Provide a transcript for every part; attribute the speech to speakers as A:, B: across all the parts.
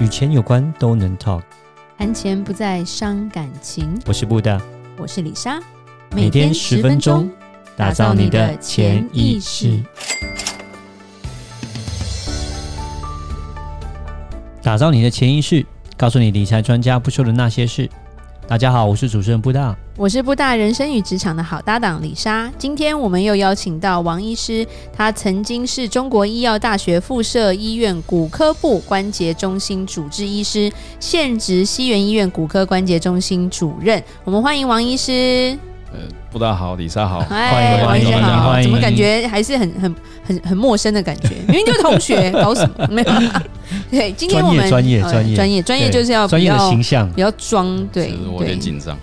A: 与钱有关都能 talk。
B: 谈钱不再伤感情。
A: 我是布大，
B: 我是李莎，
A: 每天十分钟，打造你的潜意识，打造你的潜意识，告诉你理财专家不说的那些事。大家好，我是主持人布大。
B: 我是布大人生与职场的好搭档李莎。今天我们又邀请到王医师，他曾经是中国医药大学附设医院骨科部关节中心主治医师，现职西园医院骨科关节中心主任。我们欢迎王医师。
C: 不大好，李莎好，
B: 嗨，
C: 欢迎
B: 哎王医师
C: 欢迎
B: 好，
A: 欢迎
B: 怎么感觉还是很很很很陌生的感觉？明明就是同学，搞什么？没有。啊 对，今天我们
A: 专业
B: 呃
A: 专业
B: 专业专业
A: 对
B: 就是要
A: 专
B: 比
A: 业的
B: 较
A: 形象，
B: 比较装，对
C: 其实我有
B: 对
C: 点。紧张。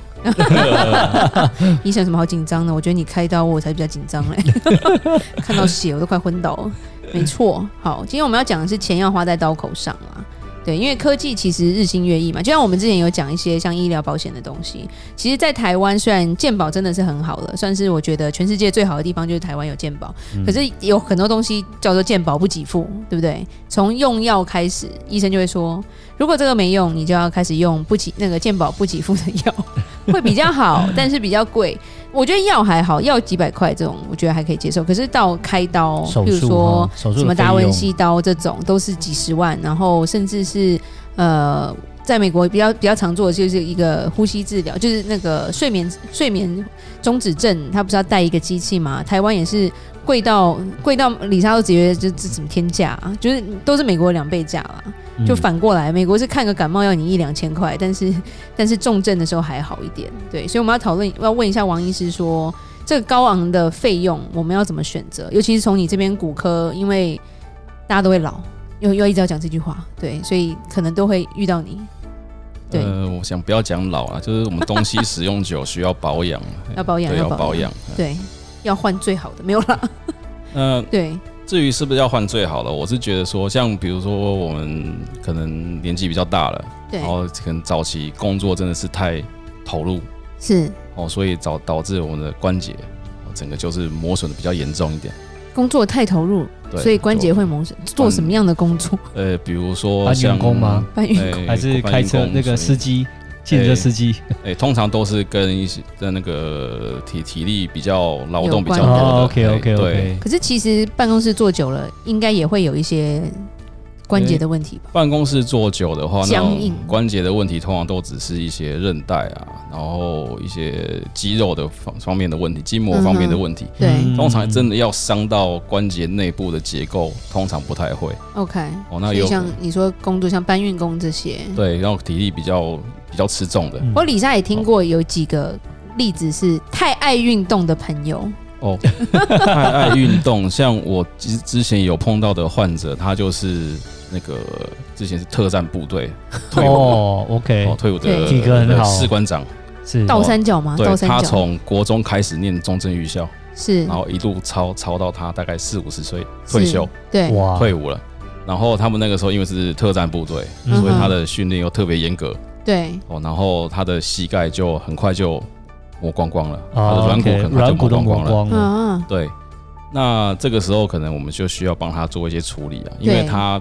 B: 医生有什么好紧张的？我觉得你开刀我才比较紧张嘞， 看到血我都快昏倒了。没错，好，今天我们要讲的是钱要花在刀口上啦。对，因为科技其实日新月异嘛，就像我们之前有讲一些像医疗保险的东西。其实，在台湾虽然健保真的是很好了，算是我觉得全世界最好的地方就是台湾有健保，
A: 嗯
B: 可是有很多东西叫做健保不给付，对不对？从用药开始，医生就会说，如果这个没用，你就要开始用不给那个健保不给付的 药。会比较好，但是比较贵。我觉得药还好，药几百块这种，我觉得还可以接受。可是到开刀，
A: 手
B: 哦比如
A: 术
B: 说
A: 哈手术
B: 什么
A: 的费
B: 达文
A: 用
B: 西刀这种，都是几十万，然后甚至是呃，在美国比较比较常做的就是一个呼吸治疗，就是那个睡眠睡眠终止症，他不是要带一个机器吗？台湾也是贵到贵到李莎都直接就这什么天价、啊，就是都是美国的两倍价啊啦。
A: 嗯
B: 就反过来，美国是看个感冒要你一两千块，但是 但是重症的时候还好一点。对，所以我们要讨论，要问一下王医师说，这个高昂的费用我们要怎么选择？尤其是从你这边骨科，因为大家都会老，又又一直要讲这句话，对，所以可能都会遇到你。对，
C: 呃，我想不要讲老啊，就是我们东西使用久需要保养，
B: 要保养，
C: 对，要
B: 保
C: 保，养。
B: 对，要换最好的，没有啦。
C: 那
B: 对，
C: 至于是不是要换最好了，我是觉得说，像比如说我们可能年纪比较大了，
B: 对
C: 然，后可能早期工作真的是太投入
B: 是
C: 哦，所以导导致我们的关节哦整个就是磨损的比较严重一点。
B: 工作太投入，
C: 对，
B: 所以关节
C: 就
B: 会磨损。做什么样的工作？
C: 呃，比如说
A: 搬员
C: 像
A: 工啊吗？
B: 搬运工
C: 哎
A: 还是
C: 搬
A: 开
C: 运
A: 车
C: 工
A: 那个
C: 所以
A: 司机，汽车司机
C: 哎、通常都是跟一些的那个体体力比较劳动比较
B: 有关
C: 多的。
A: 哦，OK
C: 哎
A: OK
C: 对，
A: OK，
B: 可是其实办公室坐久了，应该也会有一些关节的问题吧？
C: 办公室坐久的话，那
B: 僵硬
C: 种关节的问题通常都只是一些韧带啊，然后一些肌肉的方方面的问题，筋膜方面的问题。
B: 对
A: 嗯
C: 通常真的要伤到关节内部的结构，通常不太会。
B: ，OK。所
C: 哦，那
B: 以
C: 有
B: 像你说工作，像搬运工这些，
C: 对，然后体力比较比较吃重的。
A: 嗯
B: 我李莎也听过有几个例子是太爱运动的朋友，
C: 哦，太爱运动，像我之之前有碰到的患者，他就是那个之前是特战部队退伍，
A: 哦，OK，
C: 哦，退伍
B: 对
C: 的
A: 体格很好哦
C: 士官长，
A: 是
B: 倒三角嘛，倒
C: 对
B: 三
C: 他
B: 角
C: 从国中开始念中正预校，
B: 是
C: 然后一路操操到他大概四五十岁退
B: 是
C: 休
B: 对，
A: 哇，
C: 退伍了。然后他们那个时候因为是特战部队，
A: 嗯
C: 所以他的训练又特别严格
B: 对
C: 哦，然后他的膝盖就很快就磨光光了，他的
A: 哦
C: 软骨
A: OK，
C: 可能
A: 软
C: 就
A: 骨
C: 磨
A: 都
C: 光
A: 磨
C: 光了。
A: 光
B: 嗯
A: 了，
B: 嗯
C: 对，那这个时候可能我们就需要帮他做一些处理啊，因为
B: 对
C: 他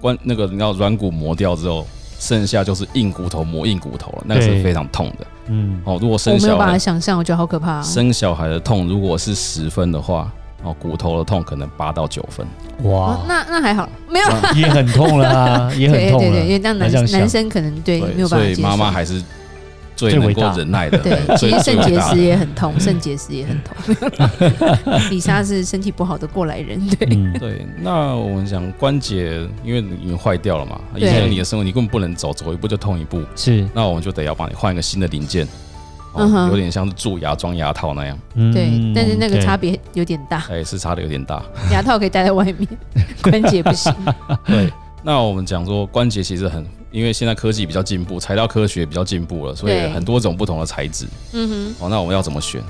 C: 关那个你知道软骨磨掉之后，剩下就是硬骨头磨硬骨头了，那个
A: 对
C: 是非常痛的。
A: 嗯，
C: 哦，如果
B: 我
C: 生
B: 没有
C: 小
B: 办法
C: 孩
B: 想象，我觉得好可怕、哦。
C: 生小孩的痛，如果是十分的话，哦，骨头的痛可能八到九分。
B: 哦
A: 哇，
B: 那那还好，没有，
A: 也很痛了啊，也很
B: 对对
A: 痛
B: 对，因
A: 了，
B: 为那
A: 还这样
B: 男
A: 想
B: 男生可能对没有办
C: 所
B: 法
C: 以
B: 接受。
C: 妈妈还是最
A: 最
C: 能
A: 伟
C: 够
A: 大
C: 忍耐的。
B: 对， 其
C: 最
B: 实肾
C: 最伟
B: 结
C: 大
B: 石
C: 的
B: 也很痛，肾结石也很痛。 李莎是身体不好的过来人，对，
A: 嗯，
C: 对，那我们讲关节，因为已经坏掉了嘛，
B: 对
C: 以前你的生活你根本不能走，走一步就痛一步，
A: 是，
C: 那我们就得要帮你换一个新的零件，哦
B: 嗯哼
C: 有点像是蛀牙装牙套那样，
A: 嗯
B: 对，但是那个
A: 对
B: 差别有点大，
C: 哎、是差的有点大。
B: 牙套可以戴在外面， 关节不 行。
C: 对，那我们讲说关节其实很，因为现在科技比较进步，材料科学比较进步了，所以
B: 对
C: 很多种不同的材质。
B: 嗯
C: 哦，那我们要怎么选？
B: 哼，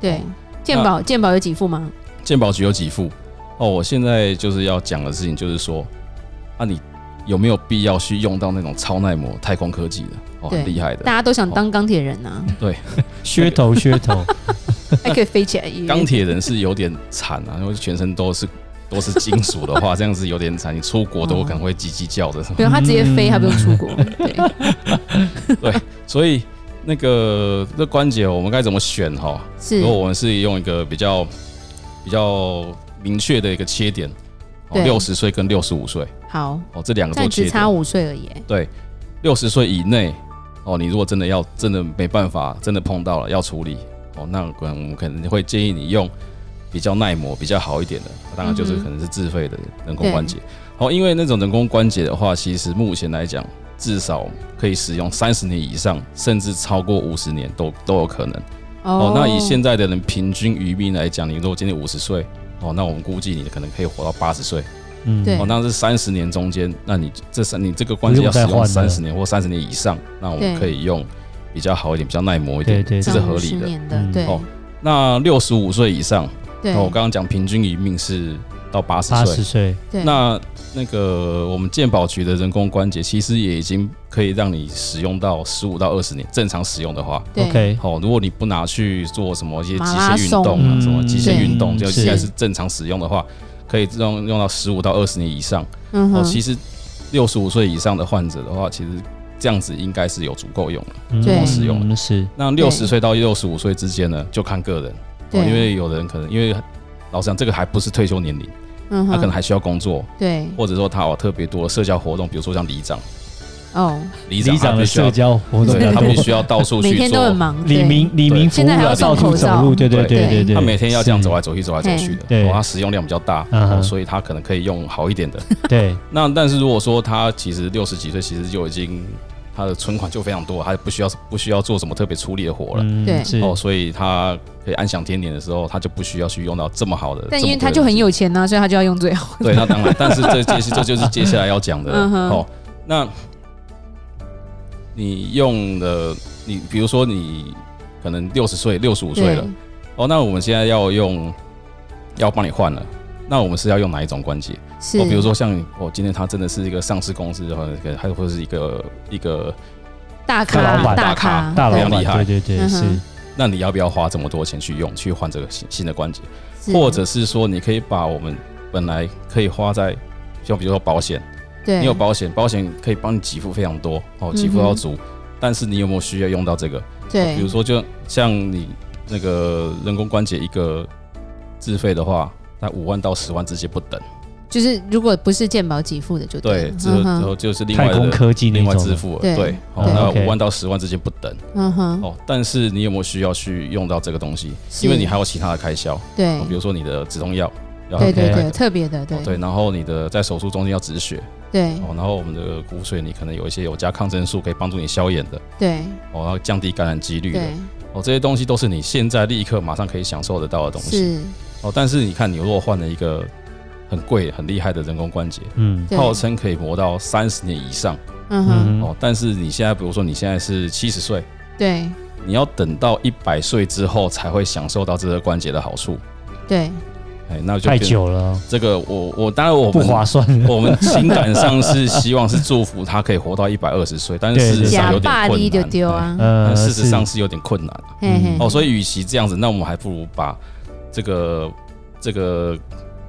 B: 对，健保健保有几副吗？
C: 健保局有几副？哦，我现在就是要讲的事情就是说，啊，你有没有必要去用到那种超耐磨太空科技的？哦，
B: 对
C: 很厉害
B: 大
C: 的。
B: 家都想当钢铁人呐，
A: 噱头噱头，
B: 还可以飞起来。
C: 钢铁人是有点惨啊，因为全身都是都是金属的话，这样子有点惨。你出国
B: 哦
C: 都可能会叽叽叫的。
B: 不用他直接
C: 嗯
B: 飞，他不用出国。 对，
C: 所以那个这关节我们该怎么选哈？
B: 是
C: 如果我们是用一个比较比较明确的一个切点，哦，
B: 对
C: 六十岁跟六十五岁
B: 好，
C: 哦，这两个
B: 但
C: 做切
B: 只差
C: 点。
B: 五岁而已。哎
C: 六十岁以内哦，你如果真的要真的没办法，真的碰到了要处理哦，那可能我们可能会建议你用比较耐磨、比较好一点的，当然就是
B: 嗯哼
C: 可能是自费的人工
B: 对
C: 关节。哦，因为那种人工关节的话，其实目前来讲，至少可以使用三十年以上，甚至超过五十年都都有可能。哦，那以现在的人平均余命来讲，你如果今年五十岁，哦，那我们估计你可能可以活到八十岁。
A: 嗯，
B: 对
C: 哦，那是三十年中间，那你这三你这个关节要
A: 不
C: 使
A: 用
C: 用
A: 再换
C: 三
A: 了
C: 十年或三十年以上，那我
B: 对
C: 们可以用比较好一点、比较耐磨一
A: 对
C: 点，
A: 对
C: 这
A: 对
C: 是合理
B: 50
C: 的。
B: 哦年的，
A: 嗯
B: 对
C: 哦那六十五岁以上，
B: 对
C: 那我刚刚讲平均余命是到八十
A: 八
C: 岁
A: 十，岁，
B: 对。
C: 那那个我们健保局的人工关节其实也已经可以让你使用到十五到二十年，正常使用的话。
B: 对
A: OK，
C: 哦，如果你不拿去做什么一些极
B: 马拉
C: 限运
B: 松
C: 动啊，什么
A: 嗯
C: 极限运动，
A: 对
C: 就是应该是正常使用的话，可以用用到十五到二十年以上。
B: 嗯
C: 哦，
B: 哼，
C: 其实六十五岁以上的患者的话，其实这样子应该是有足够用的。
B: 对
A: 嗯
C: 使用
A: 嗯是，
C: 那六十岁到六十五岁之间呢，就看个人，哦、
B: 对，
C: 因为有的人可能因为老实讲，这个还不是退休年龄，
B: 嗯
C: 他
B: 哼，
C: 可能还需要工作，
B: 对
C: 或者说他有特别多的社交活动，比如说像里长，
B: 哦，
C: 里
A: 里
C: 长
A: 长
C: 他
A: 的
C: 必须
A: 社
C: 要，
A: 交活动比较
C: 对他
A: 多
C: 必须要到处
B: 每
C: 去
B: 天都很
C: 做，
B: 忙，
A: 李
B: 对
A: 明李明服务
B: 现在还
A: 了，
B: 要
A: 到
B: 戴
A: 处
B: 口
A: 走
B: 罩
A: 路，对对
C: 对
A: 对对对，
C: 他每天要这样
A: 是
C: 走啊来走去，走来走去的，
A: 对
C: 哦，他使用量比较大，
A: 嗯哼
C: 哦，所以他可能可以用好一点的。
A: 对，
C: 那但是如果说他其实六十几岁，其实就已经他的存款就非常多，他不需要不需要做什么特别出力的活了。
A: 嗯
B: 对
A: 是
C: 哦，所以他可以安享天年的时候，他就不需要去用到这么好的。
B: 但因为
C: 这么
B: 他
C: 贵的
B: 就很有钱呐，所以他就要用最好。
C: 对，那当然，但是这这这就是接下来要讲的 了
B: 嗯哼
C: 哦。那你用的，你比如说你可能六十岁、六十五岁
B: 对
C: 了，哦，那我们现在要用要帮你换了，那我们是要用哪一种关节？
B: 是，
C: 哦，比如说像我、哦、今天他真的是一个上市公司，或者还或者是一个一个，
B: 大
A: 大老
B: 咖
A: 板
B: 大
C: 大
B: 咖
C: 咖
A: 大老
C: 非常
A: 板，
C: 厉害
A: 对对对
B: 嗯
A: 是
B: 哼，
C: 那你要不要花这么多钱去用去换这个新新的关节？
B: 是
C: 或者是说，你可以把我们本来可以花在，像比如说保险，
B: 对嗯
C: 你有保险，保险可以帮你给付非常多哦，给付到足，但是你有没有需要用到这个？哦
B: 对，
C: 比如说，就像你那个人工关节一个自费的话，那五万到十万之间不等，
B: 就是如果不是健保给付的就
C: 对，
B: 了
C: 之后
B: 嗯
C: 之
B: 哼
C: 后就是另外
A: 太空
C: 的。
A: 科技那
C: 另外
A: 种
C: 支
A: 的，
C: 付了，
B: 对
C: 对，哦，
B: 对
C: 那
A: OK
C: 五万到十万之间不等
B: 嗯哼，
C: 哦，但是你有没有需要去用到这个东西？
B: 是
C: 因为你还有其他的开销，
B: 对
C: 哦比如说你的止痛药，要
B: 对对
A: OK
B: 对，特别的
C: 哦
B: 对嗯
C: 对，然后你的在手术中间要止血，
B: 对
C: 哦，然后我们的骨髓你可能有一些有加抗生素可以帮助你消炎的，
B: 对
C: 哦，然后降低感染几率的，
B: 对
C: 哦，这些东西都是你现在立刻马上可以享受得到的东西，
B: 是，
C: 哦，但是你看你如果换了一个很贵很厉害的人工关节，
A: 嗯
B: 对
C: 号称可以磨到三十年以上，
B: 嗯哼
A: 嗯哼
C: 哦，但是你现在比如说你现在是七十岁，
B: 对
C: 你要等到一百岁之后才会享受到这个关节的好处，
B: 对
C: 哎，那就
A: 太
C: 变
A: 久了，
C: 这个我我当然我
A: 不
C: 们
A: 划算了，
C: 我们情感上是希望是祝福他可以活到一百二十岁，但是
A: 对
C: 事实上有
B: 假
C: 点
B: 霸
C: 困
B: 力就
C: 难。
B: 丢啊，
A: 呃
C: 但事实上
A: 是
C: 是有点困难
B: 嘿嘿
A: 嗯
C: 哦，所以与其这样子，那我们还不如把这个这个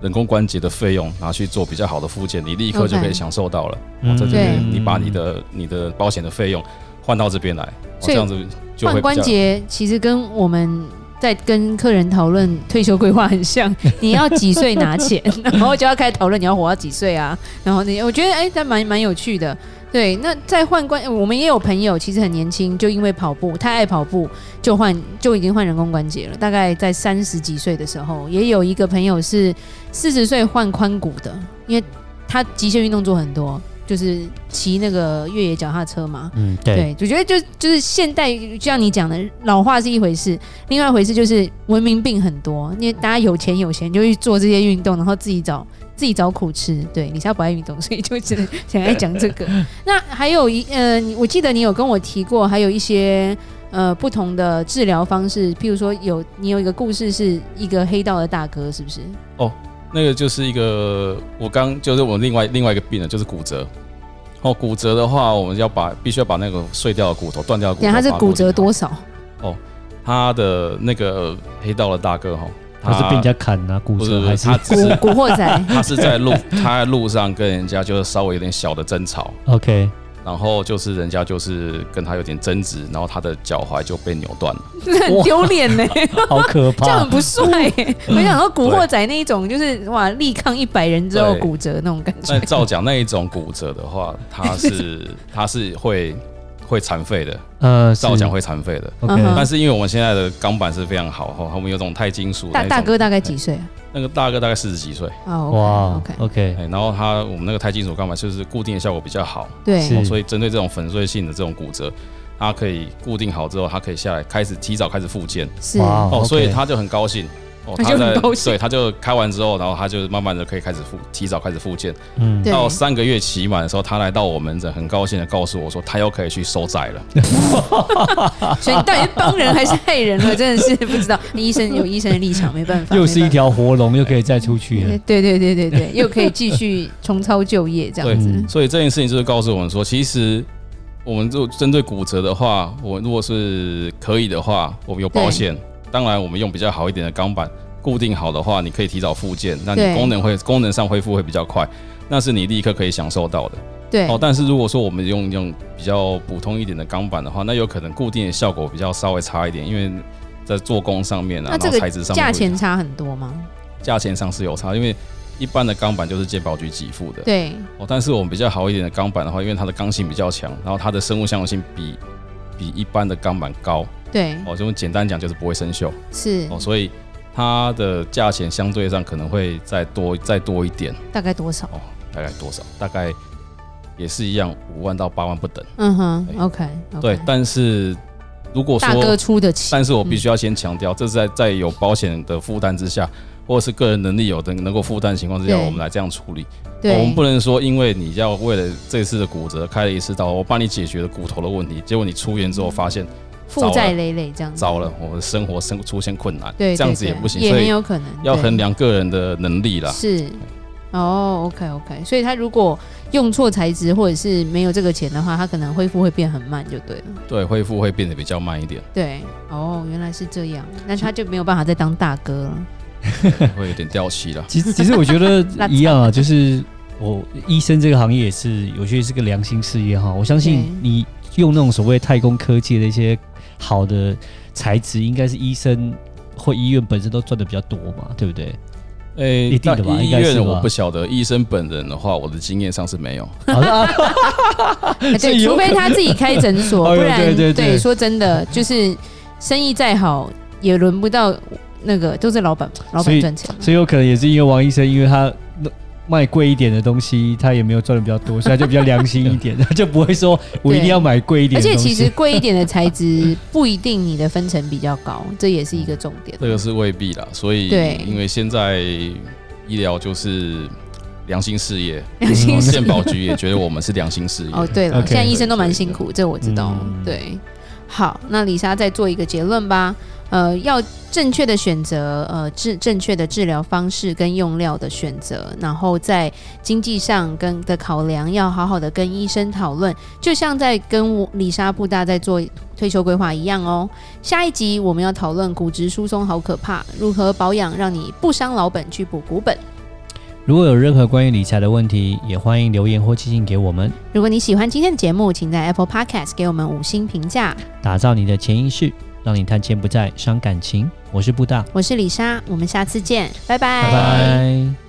C: 人工关节的费用拿去做比较好的附件，你立刻就可
B: OK
C: 以享受到了。哦
A: 嗯，
C: 这就
B: 对
C: 是你把你的你的保险的费用换到这边来，哦
B: 所
C: 这
B: 以
C: 样子就会
B: 换
C: 比
B: 关
C: 较
B: 节其实跟我们在跟客人讨论退休规划很像， 你要几岁拿钱，然后就要开始讨论你要活到几岁啊。然后你，我觉得哎，但蛮蛮有趣的。对，那在换关，我们也有朋友其实很年轻，就因为跑步太爱跑步，就换就已经换人工关节了。大概在三十几岁的时候，也有一个朋友是四十岁换髋骨的，因为他极限运动做很多，就是骑那个越野脚踏车嘛，
A: 嗯对，
B: 我觉得就就是现代，就像你讲的，老化是一回事，另外一回事就是文明病很多，因为大家有钱有闲就去做这些运动，然后自己找自己找苦吃。对，李莎不爱运动，所以就只能想爱讲这个。那还有一呃，你我记得你有跟我提过，还有一些呃不同的治疗方式，譬如说有你有一个故事是一个黑道的大哥，是不是？
C: 那个就是一个我刚就是我另外另外一个病人就是骨折。哦，骨折的话，我们要把必须要把那个碎掉的骨头、断掉的骨
B: 等
C: 头
B: 一下
C: 拔
B: 他
C: 出
B: 是
C: 来。
B: 骨折多少？
C: 呃他的那个黑道的大哥哈，
A: 他是被人家砍啊，骨
C: 不是
A: 折
C: 不
A: 还
C: 是，
A: 是
C: 他只
B: 古
C: 是
B: 古惑仔，
C: 他是在路 他在路上跟人家就是稍微有点小的争吵，
A: OK？
C: 然后就是人家就是跟他有点争执，然后他的脚踝就被扭 断了。
B: 这很丢脸呢，
A: 好可
C: 啊
B: 这样
A: 怕
B: 很！不帅耶。
C: 嗯
B: 我想说古惑仔那一种，就是哇，力抗一百人之后骨折那种感
C: 但
B: 觉。
C: 照讲那一种骨折的话，他是他是会会残废的，
A: 呃，是
C: 照讲会残废的。
A: OK，
B: 嗯哼
C: 但是因为我们现在的钢板是非常好哈，我们有种钛金属
B: 大
C: 那种
B: 大哥大概几岁啊？
C: 那个大哥大概四十几岁，
B: 哦
A: 哇
B: ，OK，
A: ，OK，
C: 哎，然后他我们那个钛金属钢板就是固定的效果比较好，
B: 对
A: 是，
C: 哦所以针对这种粉碎性的这种骨折，它可以固定好之后，它可以下来开始提早开始复健
B: 是
A: 哇
C: 哦，
A: OK
C: 所以他就很高兴。哦
B: 他就很高兴
C: 对，他就开完之后，然后他就慢慢的可以开始复，提早开始复健。
A: 嗯，
B: 对
C: 到三个月期满的时候，他来到我门诊，很高兴的告诉我说，他又可以去收债了。
B: 所以你到底是帮人还是害人了？真的是不知道。医生有医生的立场，没办法。
A: 又是一
B: 没办
A: 条活龙，又可以再出去
B: 法。
A: 了。
B: 对 对对 对对，又可以继续重操旧业这样子
A: 嗯。
C: 所以这件事情就是告诉我们说，其实我们就针对骨折的话，我如果是可以的话，我们有保险，当然我们用比较好一点的钢板固定好的话，你可以提早复健，那你
B: 对
C: 功能会功能上恢复会比较快，那是你立刻可以享受到的。
B: 对
C: 哦，但是如果说我们用用比较普通一点的钢板的话，那有可能固定的效果比较稍微差一点，因为在做工上面啊，
B: 那
C: 然
B: 这
C: 后
B: 个
C: 材质上面
B: 价
C: 不一样
B: 钱差很多吗？
C: 价钱上是有差，因为一般的钢板就是鉴宝局给付的。
B: 对，
C: 哦，但是我们比较好一点的钢板的话，因为它的刚性比较强，然后它的生物相容性比比一般的钢板高，
B: 对，
C: 哦，就简单讲就是不会生锈，
B: 是
C: 哦，所以它的价钱相对上可能会再多再多一点，
B: 大概多少？
C: 哦，大概多少？大概也是一样，五万到八万不等。
B: 嗯哼
C: 对
B: ，OK，
C: 哎对，但是如果
B: 大哥嗯
C: 说，
B: 出得起，
C: 但是我必须要先强调，这是在在有保险的负担之下，或者是个人能力有的能够负担的情况之下，
B: 对
C: 我们来这样处理。
B: 对，
C: 我们不能说因为你要为了这次的骨折开了一次刀，我帮你解决了骨头的问题，结果你出院之后发现
B: 负债累累这样子。
C: 糟了，我的生活生出现困难，
B: 对，
C: 这样
B: 对
C: 子也
B: 对
C: 不行，
B: 也
C: 所
B: 很
C: 以
B: 有可能
C: 要
B: 对
C: 衡量个人的啊能力啦。
B: 是。哦，OK OK，所以他如果用错材质或者是没有这个钱的话，他可能恢复会变很慢，就对了。
C: 对，恢复会变得比较慢 一点，
B: 对，哦，原来是这样，那他就没有办法再当大哥了。
C: 会有点掉漆啦。
A: 其实，其实我觉 得
B: 烂
A: 一样啊，就是我医生这个行业也是，有些是个良心事业哈。我相信
B: 对
A: 你用那种所谓太空科技的一些好的材质，应该是医生或医院本身都赚的比较多嘛，对不 对？
C: 诶、
A: 一定的吧
C: 但医
A: 应该是吧
C: 院我不晓得，医生本人的话，我的经验上是没有。
A: 好啊的，
B: 哎
A: 所
B: 对，
A: 以有
B: 除非他自己开诊所，
A: 哎
B: 不
A: 呦
B: 然
A: 对对对
B: 说真的，就是生意再好也轮不到那个，都是老板老
A: 所
B: 板
A: 以
B: 赚钱。
A: 所以有可能也是因为王医生，因为他那卖贵一点的东西，他也没有赚的比较多，所以他就比较良心一点，他 就不会说我一定要买贵一点
B: 而
A: 的
B: 且
A: 东西。
B: 其实贵一点的材 质不一定你的分成比较高，这也是一个重点。
C: 这个 是未必啦，所以
B: 对
C: 因为现在医疗就是良心事业，
B: 良心事业
C: 嗯健保局也觉得我们是良心事业。
B: 哦，对了
A: OK
B: 现在医生都蛮辛苦，这我知道。
A: 嗯
B: 对，好，那李莎再做一个结论吧。呃，要正确的选择，呃，治正确的治疗方式跟用料的选择，然后在经济上跟的考量，要好好的跟医生讨论，就像在跟我李莎布大在做退休规划一样哦。下一集我们要讨论骨质疏松好可怕，如何保养让你不伤老本去补骨本。
A: 如果有任何关于理财的问题，也欢迎留言或寄信给我们，
B: 如果你喜欢今天的节目，请在 Apple Podcast 给我们五星评价。
A: 打造你的潜意识，让你谈钱不再伤感情。我是布大，
B: 我是李莎，我们下次见，拜
A: 拜
B: 拜。
A: 拜